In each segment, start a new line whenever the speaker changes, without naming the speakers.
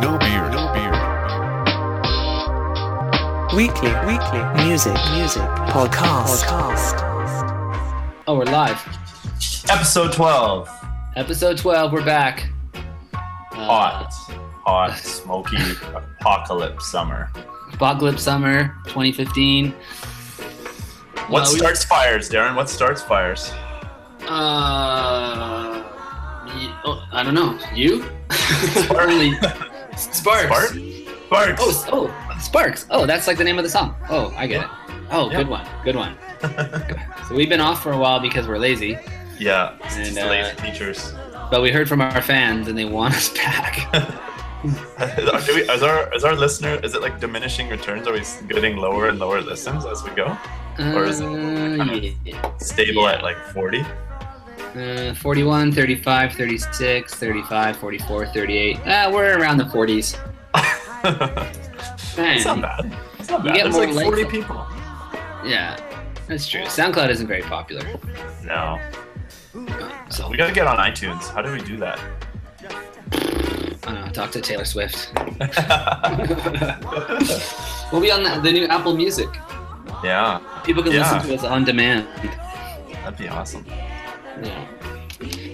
No beard. No beard.
Weekly, weekly music, music podcast, podcast.
Oh, we're live.
Episode 12.
Episode 12, we're back. Uh,
Hot, hot, smoky apocalypse summer.
Apocalypse Summer 2015.
What
Uh, we-
starts fires, Darren? What starts fires?
Uh, y- oh, I don't know. You? Early. Sparks.
Bart? Bart!
Oh, s- oh, Sparks. Oh, that's like the name of the song. Oh, I get it. Oh,
Yeah.
good one. Good one. so we've been off for a while because we're lazy,
yeah, it's
And,
just
uh,
lazy teachers.
but we heard from our fans and they want us back.
Do we, is, our, is our listener, is it like diminishing returns? Are we getting lower and lower listens as we go? Or is it
Uh, yeah.
Stable
Yeah.
at like 40?
Uh, 41, 35, 36, 35, 44, 38. Uh, we're around the 40s. Man,
it's not bad. It's not
You
bad.
get
There's
more
like 40
likes.
people.
Yeah, that's true. SoundCloud isn't very popular.
No.
So,
We gotta get on iTunes. How do we do that?
I don't know, talk to Taylor Swift. we'll be on the, the new Apple Music.
yeah,
People can
Yeah.
listen to us on demand.
that'd be awesome.
Yeah.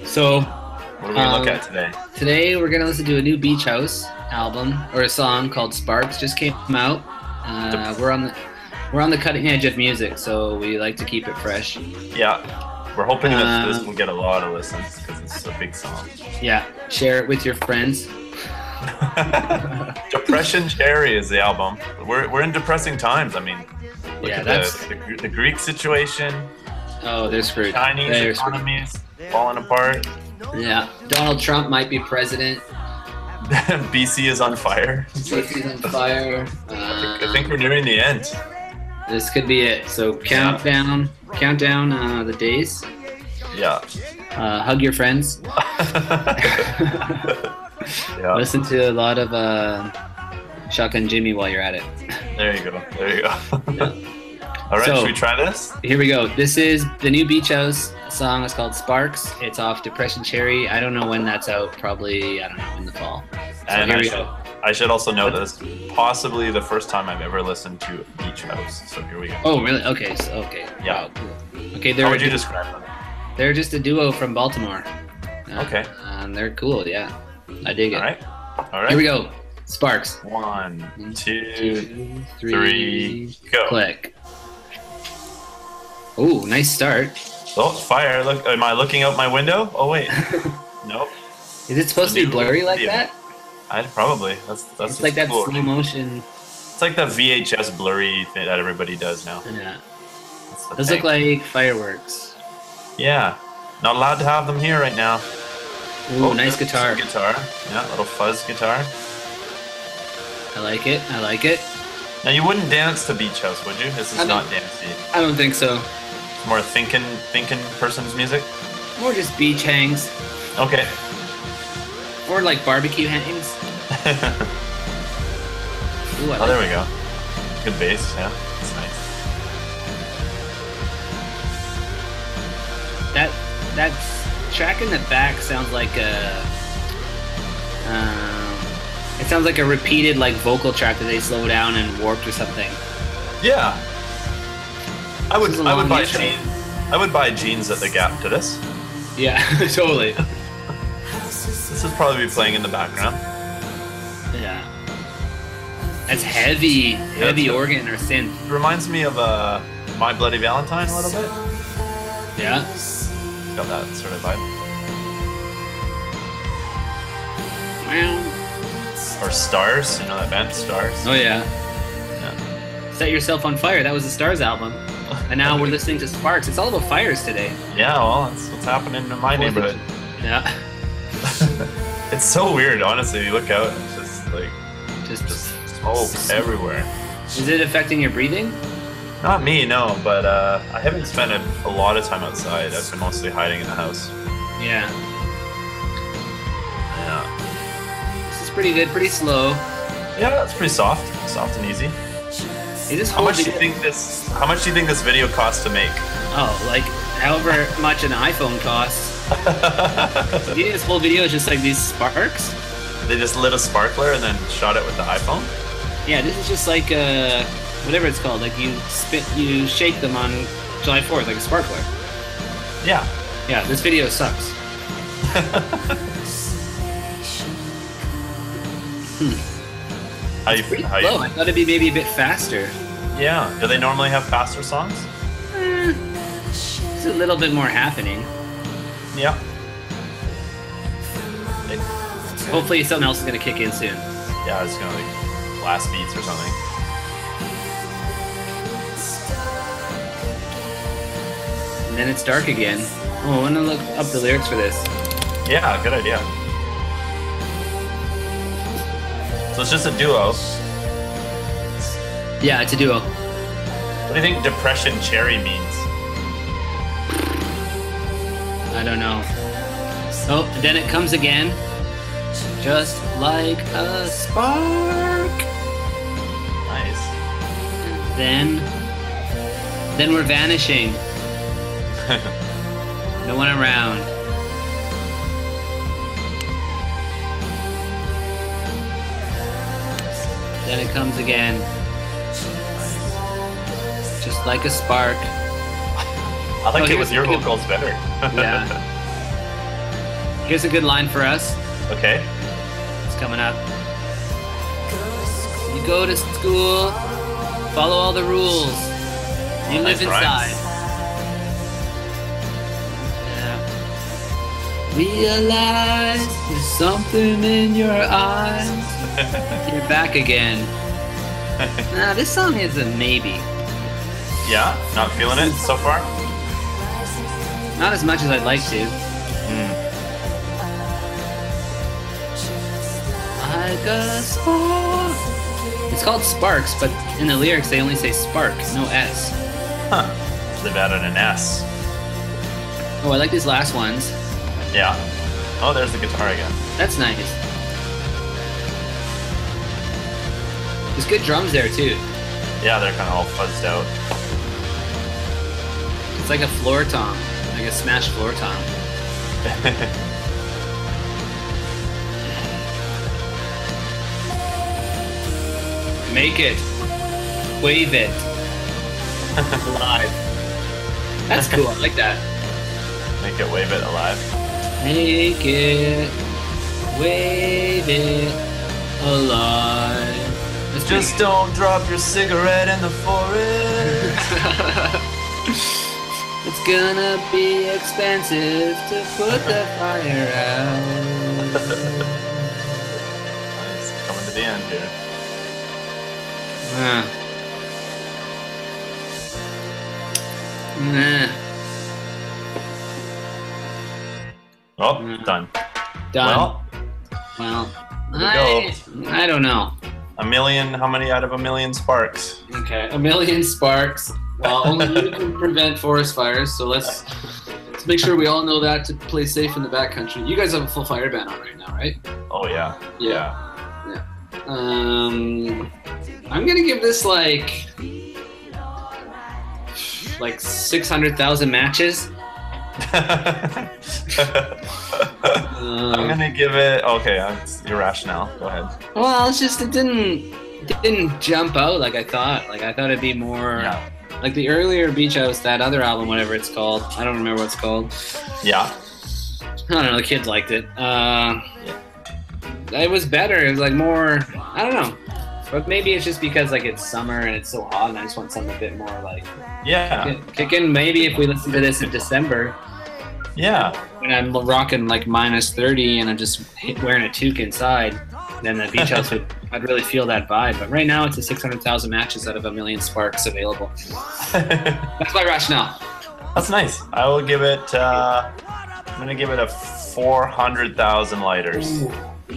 So,
What are we gonna look
Um,
at today?
Today we're gonna listen to a new Beach House album or a song called Sparks. Just came out. Uh, we're on the we're on the cutting edge of music, so we like to keep it fresh.
Yeah, we're hoping that
Um,
this will get a lot of listens because it's a big song.
Yeah, share it with your friends.
Depression Cherry is the album. We're, we're in depressing times. I mean, look
Yeah,
at
that's-
the, the, Gr- the Greek situation,
Oh, they're screwed.
Chinese
They're screwed.
economies falling apart,
Yeah, Donald Trump might be president.
BC is on fire.
Tracy's on fire.
I
Uh,
think we're nearing the end.
this could be it. So countdown, countdown uh, the days.
Yeah.
Uh, hug your friends.
yeah.
Listen to a lot of uh, Shotgun Jimmy while you're at it.
There you go. There you go. All right,
So-
should we try this?
Here we go. This is the new Beach House song. It's called Sparks. It's off Depression Cherry. I don't know when that's out. Probably I don't know in the fall. So
And
here
I
we
should-
go.
I should also note this possibly the first time I've ever listened to Beach House. So here we go.
Oh really? Okay. So, okay.
Yeah.
Wow, cool. Okay. They're
How would
a
you
du-
describe them?
they're just a duo from Baltimore. Uh,
Okay.
And they're cool. Yeah. I dig it.
All right. All right.
Here we go. Sparks.
One, two,
Two,
three, go.
click. Oh, nice start.
Oh, fire. Look, am I looking out my window? Oh, wait. nope.
Is it supposed to be
New
blurry like
video.
that?
I'd probably. That's that's
It's like that
cool.
slow motion.
It's like that VHS blurry thing that everybody does now.
Yeah.
That's the
Those look
thing.
like fireworks.
Yeah. Not allowed to have them here right now.
Ooh, nice
there's
guitar.
some Guitar. Yeah, little fuzz guitar.
I like it. I like it.
Now you wouldn't dance to Beach House, would you? This is
I
not dancey.
I don't think so.
It's more thinking, thinking person's music.
More just beach hangs,
Okay.
or like barbecue hangs.
oh,
Ooh, I
there
like
we go. Good bass. Yeah, it's nice.
that. That's track in the back sounds like a. Um, it sounds like a repeated like vocal track that they slow down and warped or something.
Yeah. I would.
This is a
I would
long
buy
intro.
jeans. I would buy jeans at the Gap to this.
Yeah, totally.
This is probably be playing in the background.
Yeah. That's heavy, heavy
Yeah.
organ or synth.
It reminds me of uh, My Bloody Valentine a little bit.
Yeah.
It's got that sort of vibe.
Meow.
Or Stars. You know that band Stars.
Oh yeah.
Yeah.
Set yourself on fire. That was the Stars album, Oh, and now we're listening to Sparks. It's all about fires today.
Yeah, Well, that's what's happening in my
Fourth of
neighborhood.
Yeah.
It's so weird, honestly. You look out, and it's just like
Just.
smoke everywhere.
Is it affecting your breathing?
Not me, no, but uh, I haven't spent a, a lot of time outside. I've been mostly hiding in the house.
Yeah.
Yeah.
This is pretty good. Pretty slow.
Yeah, it's pretty soft. Soft and easy.
It is
How much do
hard
you
to-
think this how much do you think this video costs to make?
Oh, like however much an iPhone costs. You think this whole video is just like these sparks?
They just lit a sparkler and then shot it with the iPhone.
Yeah, this is just like uh, whatever it's called. Like you spit, you shake them on July 4th, like a sparkler.
Yeah.
Yeah, this video sucks.
How you,
Pretty
how
slow.
you,
I thought it'd be maybe a bit faster.
yeah. Do they normally have faster songs?
Eh, it's a little bit more happening.
Yeah.
Hopefully, something else is gonna kick in soon.
Yeah, it's gonna like blast beats or something.
And then it's dark again. Oh, I wanna look up the lyrics for this.
Yeah, good idea. So it's just a duo.
Yeah, it's a duo.
What do you think depression cherry means?
I don't know. Oh, and then it comes again. Just like a spark.
Nice.
Then, then we're vanishing. No one around. Then it comes again. Just like a spark.
I like
Oh,
it with
here's
your
a good-
vocals better.
Yeah. Here's a good line for us.
okay.
It's coming up. You go to school, follow all the rules. You
Nice
live
rhyme.
inside. Yeah. Realize there's something in your eyes. You're back again. nah, this song is a maybe.
Yeah. Not feeling it so far.
Not as much as I'd like to. Like a spark. It's called Sparks, but in the lyrics they only say Spark, no S.
Huh. They've added an S.
Oh, I like these last ones.
Yeah. Oh, there's the guitar again.
That's nice. There's good drums there too.
Yeah, they're kind of all fuzzed out.
It's like a floor tom, like a smash floor tom. Make it, wave it, live. That's cool. I like that.
Make it wave it alive.
Make it, wave it, alive. That's pretty
Just don't drop your cigarette in the forest.
It's gonna be expensive to put the fire out.
Nice. Coming to the end here.
Huh. Nah.
Oh,
Mm.
done.
Done. Well,
Well, we
I, I don't know.
a million. How many out of a million sparks?
Okay, a million sparks. Well, only you can prevent forest fires, so let's let's make sure we all know that to play safe in the backcountry. You guys have a full fire ban on right now, right?
Oh yeah.
Um, I'm gonna give this like like 600,000 matches.
I'm
Um,
gonna give it. Okay, that's your rationale. Go ahead.
well, it's just it didn't it didn't jump out like I thought. Like I thought it'd be more
Yeah.
like the earlier Beach House, that other album, whatever it's called. I don't remember what it's called.
Yeah.
I don't know. The kids liked it. Uh, It was better. It was like more. I don't know. But maybe it's just because like it's summer and it's so hot, and I just want something a bit more like
Yeah.
kick- kicking. Maybe if we listen to this in December,
Yeah.
when I'm rocking like minus 30 and I'm just hit- wearing a toque inside, then the beach house would, I'd really feel that vibe. But right now it's a 600,000 matches out of a million sparks available. That's my rationale.
that's nice. I will give it. Uh, I'm gonna give it a 400,000 lighters.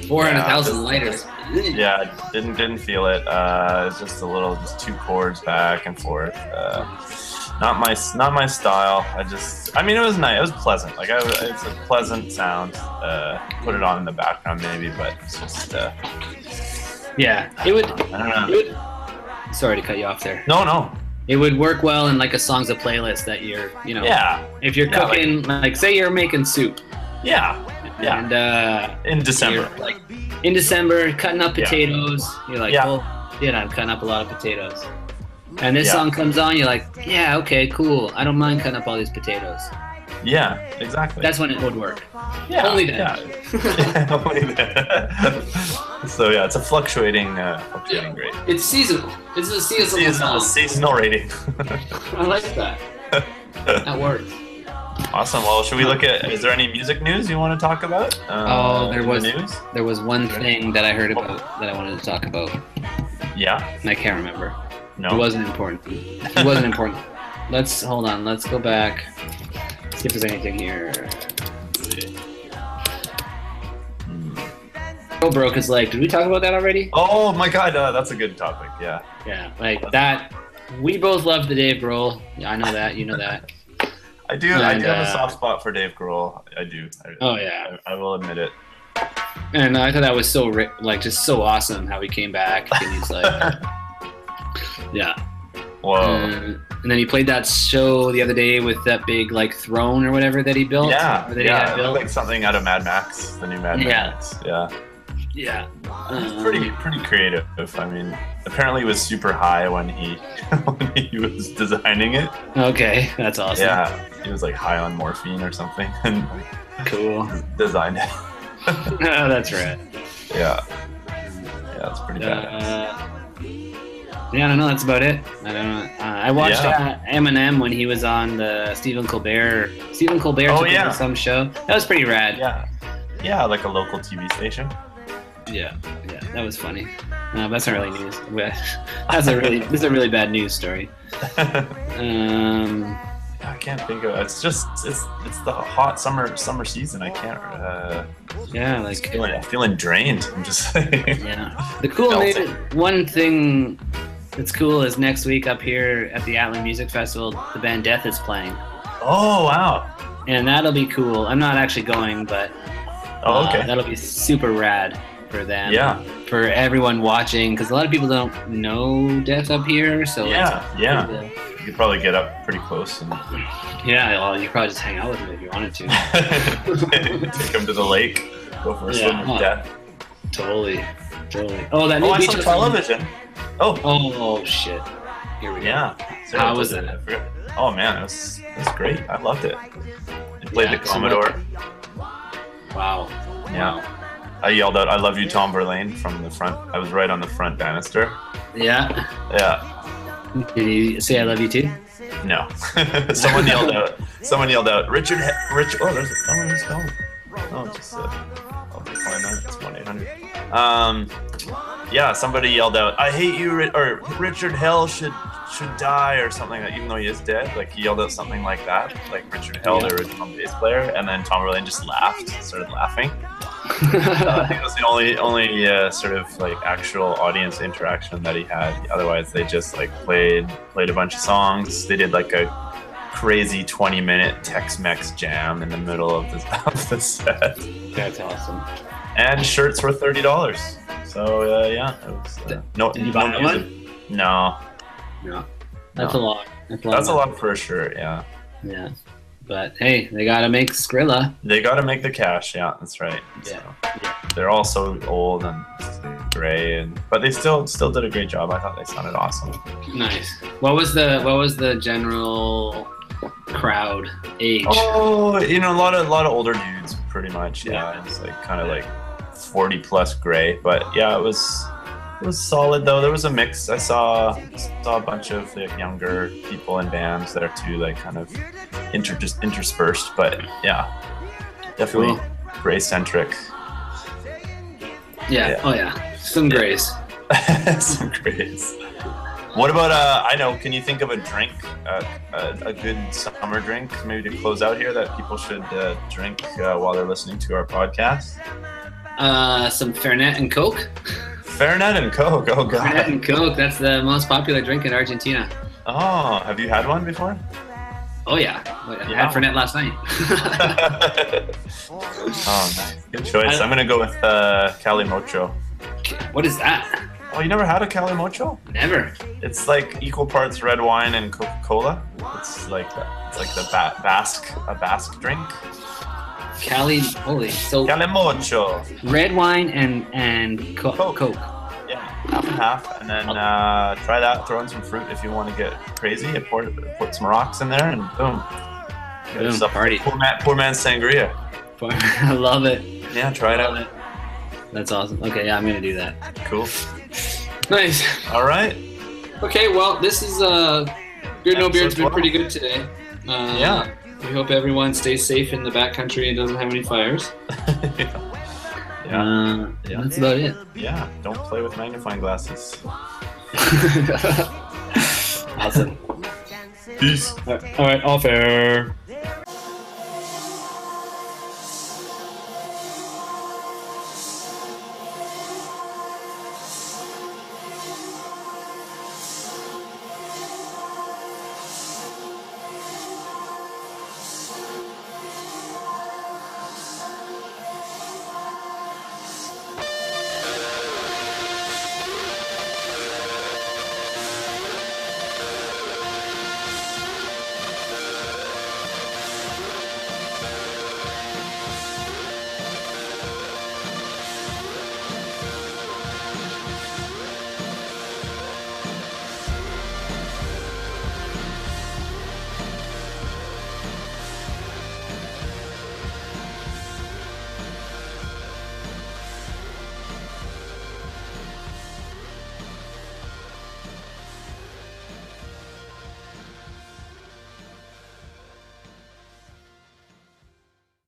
400,000 lighters.
Yeah, didn't didn't feel it. Uh, it's just a little, just two chords back and forth. Uh, not my not my style. I just, I mean, it was nice. It was pleasant. Like I, it's a pleasant sound. Uh, put it on in the background maybe, but it's just, uh,
Yeah. It would,
I don't
it
know.
would. Sorry to cut you off there.
No, no.
It would work well in like a songs a playlist that you're, you know,
Yeah,
if you're
Yeah, like-
cooking, like, say you're making soup
yeah, yeah.
and uh,
In December.
you're, like in December, cutting up
Yeah.
potatoes. You're like,
Yeah.
well, shit, I'm cutting up a lot of potatoes. And this
Yeah.
song comes on, you're like, yeah, okay, cool. I don't mind cutting up all these potatoes.
Yeah, exactly.
That's when it would work.
yeah,
only then.
yeah. Only then. so yeah, it's a fluctuating, uh, fluctuating grade.
It's seasonal. It's a seasonal,
Seasonal,
song.
seasonal rating.
I like that. that works.
awesome. Well, should we look at? Is there any music news you want to talk about? Uh,
Oh, there
in the
was-
news.
There was one thing that I heard about that I wanted to talk about.
Yeah.
and I can't remember.
No.
It wasn't important. It wasn't important. Let's hold on. Let's go back. See if there's anything here.
Hmm.
Joe broke his leg. Did we talk about that already?
Oh my God, uh, that's a good topic. Yeah.
Yeah, like that. We both love the Dave Grohl. Yeah, I know that. You know that.
I do. I
And,
do have
uh,
a soft spot for Dave Grohl. I do. I,
Oh yeah.
I, I will admit it.
And I thought that was so ri- like just so awesome how he came back and he's like, yeah.
Whoa.
Uh, and then he played that show the other day with that big like throne or whatever that he built.
yeah,
or that he
yeah,
had
it looked
built.
like something out of Mad Max, the new Mad
Yeah.
Max. Yeah,
yeah. Um,
pretty pretty creative. I mean, apparently he was super high when he when he was designing it.
Um, Okay, that's awesome.
Yeah, he was like high on morphine or something and
Cool.
designed it.
that's right.
Yeah, yeah, it's pretty bad.
Uh, yeah, I don't know. That's about it. I don't know. Uh, I watched
Yeah.
uh, Eminem when he was on the Stephen Colbert. Stephen Colbert
Oh,
took over
yeah.
some show. That was pretty rad.
Yeah, yeah, like a local TV station.
yeah, yeah, That was funny. Uh, that's not really news. that's a really this is a really bad news story. Um,
I can't think of it's just it's it's the hot summer summer season. I can't. Uh,
yeah,
I'm just
like
feeling, I'm feeling drained. I'm just.
yeah. The cool
Melting.
thing, one thing that's cool is next week up here at the Atlan Music Festival, the band Death is playing.
oh wow.
and that'll be cool. I'm not actually going, but
Oh
uh,
okay.
that'll be super rad for them.
yeah.
for everyone watching, because a lot of people don't know Death up here, so it's-
Yeah, yeah. You could probably get up pretty close and
yeah. Well, you could probably just hang out with them if you wanted to.
take him to the lake, go for a
Yeah,
swim with
huh.
death.
totally, totally. Oh, that
Oh,
new
I
beach
saw
was-
television. Oh,
Oh, oh, shit. Here we go.
yeah. Sarah
How was
did
it?
I forgot. Oh man, it was, it was great. I loved it. I played
Yeah,
the
so
Commodore.
Wow.
Yeah.
Wow.
I yelled out, "I love you, Tom Verlaine!" from the front. I was right on the front banister.
Yeah.
Yeah.
Did you say I love you too?
No. someone yelled out. Someone yelled out, "Richard, He- Rich." Oh, there's someone who's calling. Oh, just uh, I'll just find that. It's one eight hundred. Um, yeah, somebody yelled out, "I hate you," Ri- or "Richard Hell should should die," or something. Like, even though he is dead, like he yelled out something like that, like Richard Hell, the original bass player, and then Tom Verlaine just laughed, started laughing. Uh, I think it was the only only uh, sort of like actual audience interaction that he had. Otherwise, they just like played played a bunch of songs. They did like a crazy 20 minute Tex-Mex jam in the middle of this of the set
That's awesome.
and shirts were thirty dollars. So uh, yeah, it was, uh, no.
Did you
no
buy that
music. No,
No. That's a lot. That's a lot.
that's a lot for sure. Yeah,
Yeah. But hey, they gotta make Skrilla.
they got to make the cash. Yeah, that's right.
Yeah.
So, they're all so old and gray, and but they still still did a great job. I thought they sounded awesome.
Nice. What was the what was the general crowd age?
Oh, you know, a lot of a lot of older dudes, pretty much. Yeah,
Yeah.
it's like kind of like forty plus gray, but yeah, it was it was solid though. There was a mix. I saw saw a bunch of like, younger people in bands there too, like kind of inter- just interspersed. But yeah, definitely
Cool.
gray centric.
Yeah.
yeah.
Oh yeah. Some grays.
Some grays. What about uh? I know. Can you think of a drink, uh, a, a good summer drink, maybe to close out here that people should uh, drink uh, while they're listening to our podcast?
Uh, some Fernet and Coke.
Fernet and Coke. Oh
Fernet
God.
and Coke. That's the most popular drink in Argentina.
Oh, have you had one before?
Oh yeah. Wait, I
Yeah.
had Fernet last night.
oh, nice. good choice. I'm gonna go with uh, Calimocho.
what is that?
Oh, you never had a Calimocho?
Never.
It's like equal parts red wine and Coca-Cola. It's like the, it's like the ba- Basque a Basque drink.
Cali, holy. So
Calimocho.
red wine and and co-
Coke.
Coke.
Yeah, half and half. And then uh, try that. Throw in some fruit if you want to get crazy. And pour, put some rocks in there and boom. Get
Boom,
yourself a
party.
Poor, man, poor man's sangria.
I love it.
Yeah, try it
Love
out.
it. That's awesome. Okay, yeah, I'm gonna do that.
Cool.
Nice.
All right.
Okay, well, this is uh, Beard No Beard's been
Episode
pretty good today. Uh,
Yeah.
We hope everyone stays safe in the backcountry and doesn't have any fires.
yeah. Yeah.
Uh,
Yeah.
That's about it.
yeah. Don't play with magnifying glasses.
awesome.
Peace.
All right, all fair.